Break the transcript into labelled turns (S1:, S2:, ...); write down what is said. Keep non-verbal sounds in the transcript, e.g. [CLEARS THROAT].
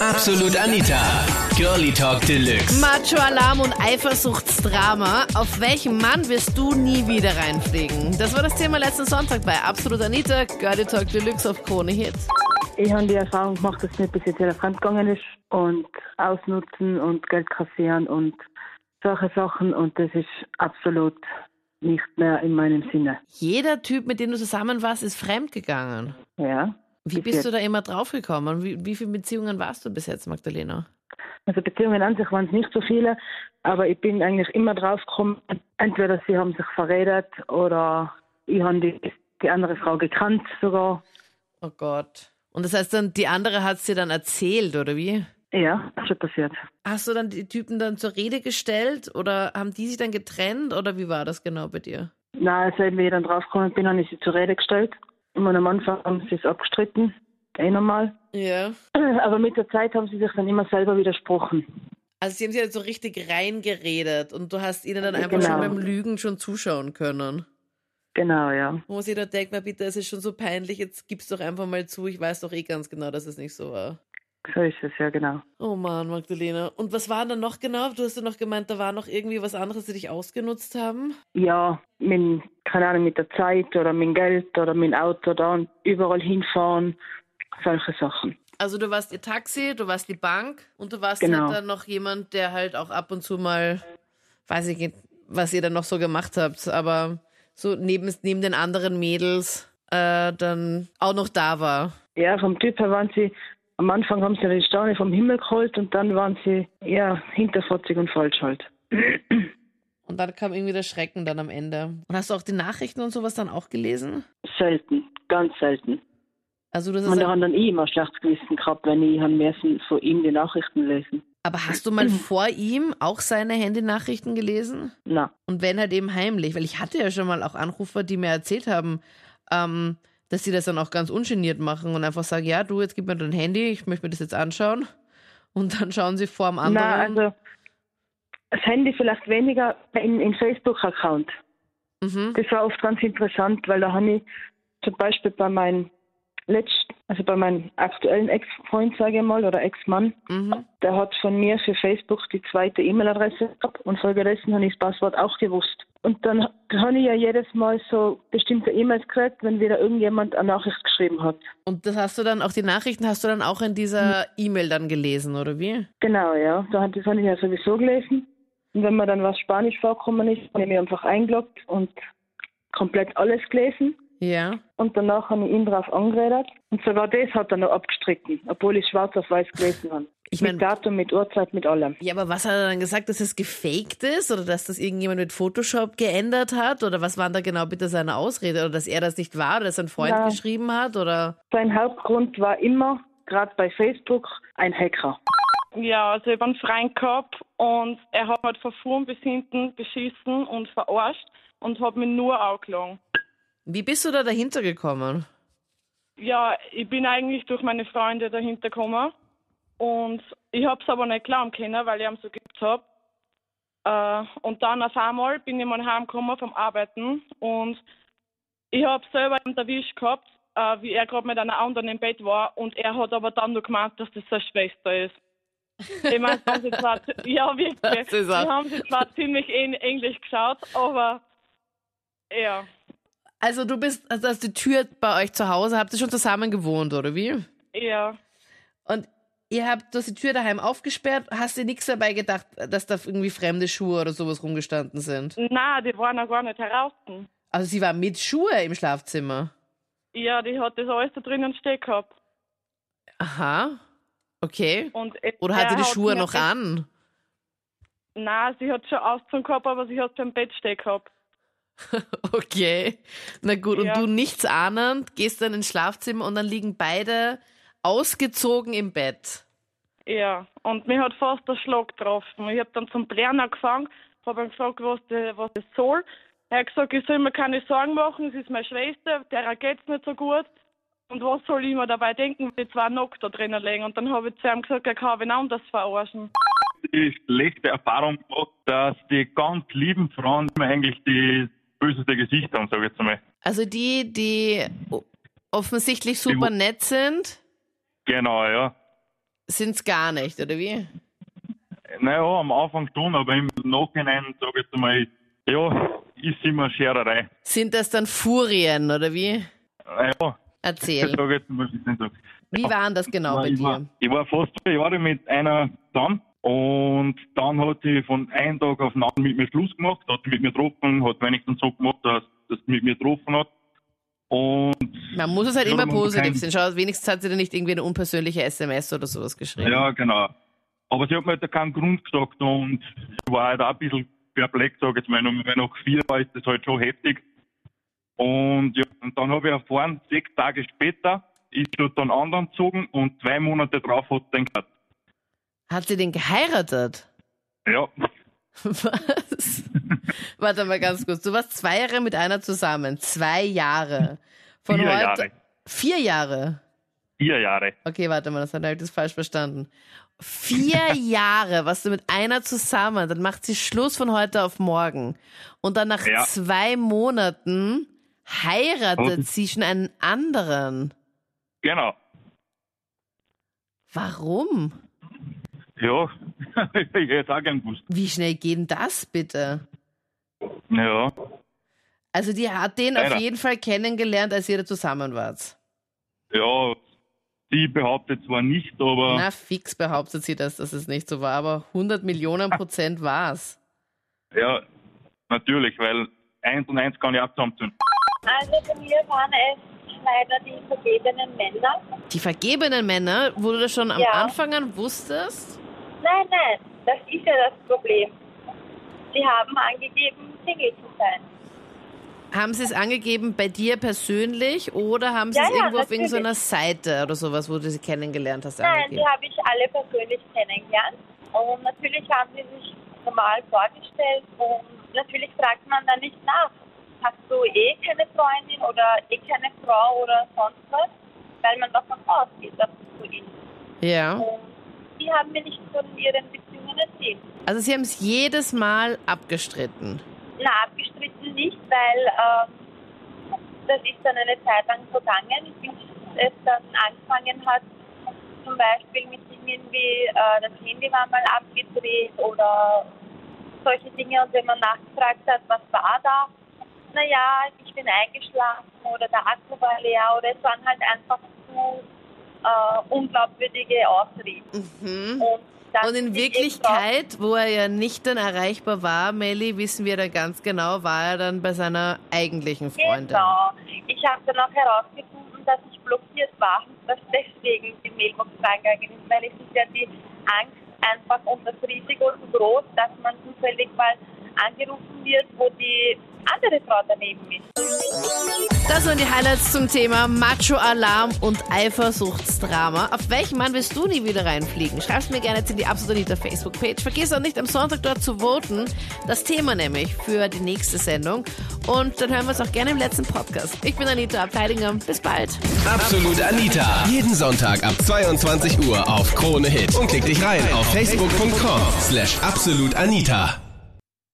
S1: Absolut Anita. Girlie Talk Deluxe.
S2: Macho-Alarm und Eifersuchtsdrama. Auf welchen Mann wirst du nie wieder reinfliegen? Das war das Thema letzten Sonntag bei Absolut Anita, Girlie Talk Deluxe auf Krone Hit.
S3: Ich habe die Erfahrung gemacht, dass mir bis jetzt jeder fremdgegangen ist und ausnutzen und Geld kassieren und solche Sachen und das ist absolut nicht mehr in meinem Sinne.
S2: Jeder Typ, mit dem du zusammen warst, ist fremdgegangen.
S3: Ja.
S2: Wie
S3: Bis
S2: bist
S3: jetzt.
S2: du da immer draufgekommen? Wie, wie viele Beziehungen warst du bis jetzt, Magdalena?
S3: Also Beziehungen an sich waren es nicht so viele, aber ich bin eigentlich immer drauf gekommen, entweder sie haben sich verredet oder ich habe die, die andere Frau gekannt sogar.
S2: Oh Gott. Und das heißt dann, die andere hat es dir dann erzählt, oder wie?
S3: Ja, das ist schon passiert.
S2: Hast du dann die Typen dann zur Rede gestellt oder haben die sich dann getrennt oder wie war das genau bei dir?
S3: Na, seitdem also ich dann draufgekommen bin, habe ich sie zur Rede gestellt. Und am Anfang haben sie es abgestritten, eh einer mal.
S2: Ja.
S3: [CLEARS THROAT] Aber mit der Zeit haben sie sich dann immer selber widersprochen.
S2: Also sie haben sich halt so richtig reingeredet und du hast ihnen dann einfach schon
S3: Genau.
S2: beim Lügen schon zuschauen können.
S3: Genau, ja.
S2: Wo man sich da denkt, na bitte, es ist schon so peinlich, jetzt gib's doch einfach mal zu, ich weiß doch eh ganz genau, dass es nicht so war.
S3: So ist es, ja, genau.
S2: Oh Mann, Magdalena. Und was war denn noch genau? Du hast ja noch gemeint, da war noch irgendwie was anderes, die dich ausgenutzt haben.
S3: Ja, mit, keine Ahnung, mit der Zeit oder mit dem Geld oder mit dem Auto dann überall hinfahren, solche Sachen.
S2: Also du warst ihr Taxi, du warst die Bank und du warst
S3: Genau.
S2: halt dann noch jemand, der halt auch ab und zu mal, weiß ich nicht, was ihr dann noch so gemacht habt, aber so neben, neben den anderen Mädels äh, dann auch noch da war.
S3: Ja, vom Typ her waren sie, am Anfang haben sie die Sterne vom Himmel geholt und dann waren sie, ja, hinterfotzig und falsch halt.
S2: Und dann kam irgendwie der Schrecken dann am Ende. Und hast du auch die Nachrichten und sowas dann auch gelesen?
S3: Selten, ganz selten.
S2: Also du hast
S3: Und da
S2: gesagt,
S3: haben dann ich immer schlecht gewissen gehabt, wenn ich haben müssen von ihm die Nachrichten lesen.
S2: aber hast du
S3: [CLEARS THROAT]
S2: mal vor ihm auch seine Handynachrichten gelesen?
S3: Na,
S2: Und wenn halt eben heimlich, weil ich hatte ja schon mal auch Anrufer, die mir erzählt haben, ähm, dass sie das dann auch ganz ungeniert machen und einfach sagen, ja, du, jetzt gib mir dein Handy, ich möchte mir das jetzt anschauen. Und dann schauen sie vor dem anderen.
S3: na also das Handy vielleicht weniger in, in Facebook-Account.
S2: mhm.
S3: Das war oft ganz interessant, weil da habe ich zum Beispiel bei meinem letzten, also bei meinem aktuellen Ex-Freund, sage ich mal, oder Ex-Mann,
S2: Mhm.
S3: der hat von mir für Facebook die zweite E-Mail-Adresse gehabt und folgedessen habe ich das Passwort auch gewusst. Und dann habe ich ja jedes Mal so bestimmte E-Mails gekriegt, wenn wieder irgendjemand eine Nachricht geschrieben hat.
S2: Und das hast du dann, auch die Nachrichten hast du dann auch in dieser E-Mail dann gelesen, oder wie?
S3: Genau, ja. Da hat, das habe ich ja sowieso gelesen. Und wenn mir dann was Spanisch vorkommen ist, habe ich mich einfach eingeloggt und komplett alles gelesen.
S2: Ja.
S3: Und danach habe ich ihn drauf angeredet. Und sogar das hat er noch abgestritten, obwohl ich schwarz auf weiß gelesen habe.
S2: Ich
S3: mit
S2: meine,
S3: Datum, mit Uhrzeit, mit allem.
S2: ja, aber was hat er dann gesagt, dass es gefaked ist oder dass das irgendjemand mit Photoshop geändert hat? Oder was waren da genau bitte seine Ausrede? Oder dass er das nicht war oder dass ein Freund
S3: Ja.
S2: geschrieben hat? Oder
S3: Sein Hauptgrund war immer, gerade bei Facebook, ein Hacker.
S4: Ja, also ich hab einen Freund gehabt und er hat mich von vorn bis hinten beschissen und verarscht und hat mich nur angelogen.
S2: wie bist du da dahinter gekommen?
S4: Ja, Äh, ich bin eigentlich durch meine Freunde dahinter gekommen und ich hab's aber nicht glauben können, weil ich ihm so geübt hab. Äh, und dann auf einmal bin ich mal heimgekommen vom Arbeiten und ich hab selber ihn erwischt gehabt, äh, wie er gerade mit einer anderen im Bett war und er hat aber dann nur gemeint, dass das seine Schwester ist. Ich meine, das ist zwar, [LAUGHS] ja wirklich,
S2: Das ist
S4: wir
S2: auch-
S4: haben sie zwar ziemlich ähn- ähnlich geschaut, aber ja.
S2: Also du bist, also hast die Tür bei euch zu Hause, habt ihr schon zusammen gewohnt, oder wie?
S4: Ja,
S2: Und ihr habt, du hast die Tür daheim aufgesperrt, hast dir nichts dabei gedacht, dass da irgendwie fremde Schuhe oder sowas rumgestanden sind?
S4: na, die waren ja gar nicht draußen.
S2: Also sie war mit Schuhe im Schlafzimmer.
S4: Ja, die hat das alles da drinnen stehen gehabt.
S2: Aha. Okay.
S4: Und
S2: Oder
S4: er
S2: hatte die
S4: hat
S2: Schuhe
S4: mir
S2: noch
S4: das-
S2: an? [LAUGHS]
S4: Nein, sie hat schon ausgezogen gehabt, aber sie hat beim Bett stehen gehabt.
S2: Okay. Na gut, und
S4: Ja.
S2: du nichts ahnend, gehst dann ins Schlafzimmer und dann liegen beide ausgezogen im Bett.
S4: Ja, und mich hat fast der Schlag getroffen. Ich habe dann zum Blären angefangen, habe ihn gefragt, was, die, was das soll. Er hat gesagt, ich soll mir keine Sorgen machen, es ist meine Schwester, der geht's nicht so gut. Und was soll ich mir dabei denken, wenn die zwei nackt da drinnen liegen? Und dann habe ich zu ihm gesagt, er kann wen anders verarschen.
S5: die schlechte Erfahrung gemacht, dass die ganz lieben Frauen immer eigentlich die böseste Gesicht haben, sage ich jetzt einmal.
S2: Also die, die o- offensichtlich super nett sind.
S5: Genau, ja.
S2: Sind's gar nicht, oder wie?
S5: Naja, am Anfang schon, aber im Nachhinein, sage ich jetzt mal, ja, ist immer Schererei.
S2: Sind das dann Furien, oder wie?
S5: Naja, ich
S2: Erzähl.
S5: sage jetzt mal, was ich nicht sage.
S2: Wie waren das genau bei
S5: ich, war,
S2: dir?
S5: ich war fast zwei Jahre mit einer zusammen und dann hat sie von einem Tag auf den anderen mit mir Schluss gemacht, hat mit mir getroffen, hat wenigstens so gemacht, dass dass sie mit mir getroffen hat. Und
S2: Man muss es halt
S5: Ja,
S2: immer
S5: man kann-
S2: positiv sehen. Schau, wenigstens hat sie dir nicht irgendwie eine unpersönliche SMS oder sowas geschrieben.
S5: ja, genau. Aber sie hat mir halt keinen Grund gesagt und ich war halt auch ein bisschen perplex, sag ich jetzt mal. Und wenn noch vier war, ist das halt schon heftig. Und ja, und dann habe ich erfahren, sechs Tage später ist schon dann anderen gezogen und zwei Monate drauf hat den gehabt.
S2: Hat sie den geheiratet? [LAUGHS]
S5: Ja,
S2: Was? Warte mal ganz kurz. Du warst zwei Jahre mit einer zusammen. Zwei Jahre. Von
S5: vier
S2: heute.
S5: Jahre.
S2: Vier Jahre.
S5: Vier Jahre.
S2: Okay, warte mal, das hat ich das falsch verstanden.
S5: [LAUGHS]
S2: Vier Jahre warst du mit einer zusammen, dann macht sie Schluss von heute auf morgen. Und dann nach
S5: Ja.
S2: zwei Monaten heiratet
S5: Oh.
S2: sie schon einen anderen.
S5: Genau.
S2: Warum?
S5: Ja, [LAUGHS] ich hätte auch gern gewusst.
S2: Wie schnell geht denn das bitte?
S5: Ja,
S2: Also die hat den auf
S5: Leider.
S2: jeden Fall kennengelernt, als ihr da zusammen wart.
S5: ja, sie behauptet zwar nicht, aber
S2: Na, fix behauptet sie das, dass es nicht so war, aber 100 Millionen Prozent war's.
S5: ja, natürlich, weil eins und eins kann ich auch zusammentun.
S6: Also bei mir waren es leider die vergebenen Männer.
S2: Die vergebenen Männer, wo du das schon am
S6: Ja.
S2: Anfang an wusstest?
S6: Nein, nein, das ist ja das Problem. Sie haben angegeben, Single zu sein.
S2: Haben Sie es angegeben bei dir persönlich oder haben Sie
S6: Ja,
S2: es
S6: ja,
S2: irgendwo auf
S6: natürlich.
S2: irgendeiner Seite oder sowas, wo du sie kennengelernt hast,
S6: Nein,
S2: angegeben?
S6: die habe ich alle persönlich kennengelernt. Und natürlich haben sie sich normal vorgestellt. Und natürlich fragt man dann nicht nach, hast du eh keine Freundin oder eh keine Frau oder sonst was, weil man davon ausgeht, dass es so ist.
S2: Ja.
S6: Und die haben mir nicht von ihren Beziehungen erzählt.
S2: Also Sie haben es jedes Mal abgestritten.
S6: Na, abgestritten nicht, weil ähm, das ist dann eine Zeit lang vergangen, bis es dann angefangen hat, zum Beispiel mit Dingen wie äh, das Handy war mal abgedreht oder solche Dinge. Und wenn man nachgefragt hat, was war da, naja, ich bin eingeschlafen oder der Akku war leer oder es waren halt einfach zu äh, unglaubwürdige Ausreden.
S2: Mhm.
S6: Und, das
S2: Und in
S6: ist eben
S2: Wirklichkeit, wo er ja nicht dann erreichbar war, Melly, wissen wir dann ganz genau, war er dann bei seiner eigentlichen Freundin.
S6: Genau. Ich habe dann auch herausgefunden, dass ich blockiert war, dass deswegen die Mailbox reingegangen ist, weil es ist ja die Angst einfach und das Risiko so groß, dass man zufällig mal angerufen wird, wo die andere Frau daneben ist.
S2: Das waren die Highlights zum Thema Macho-Alarm und Eifersuchtsdrama. Auf welchen Mann willst du nie wieder reinfliegen? Schreib's mir gerne jetzt in die absolute Anita Facebook-Page. Vergiss auch nicht, am Sonntag dort zu voten. Das Thema nämlich für die nächste Sendung. Und dann hören wir uns auch gerne im letzten Podcast. Ich bin Anita Abteidinger. Bis bald.
S1: Absolut Anita. Jeden Sonntag ab 22 Uhr auf Krone Hit. Und klick dich rein auf facebook.com slash absolutanita.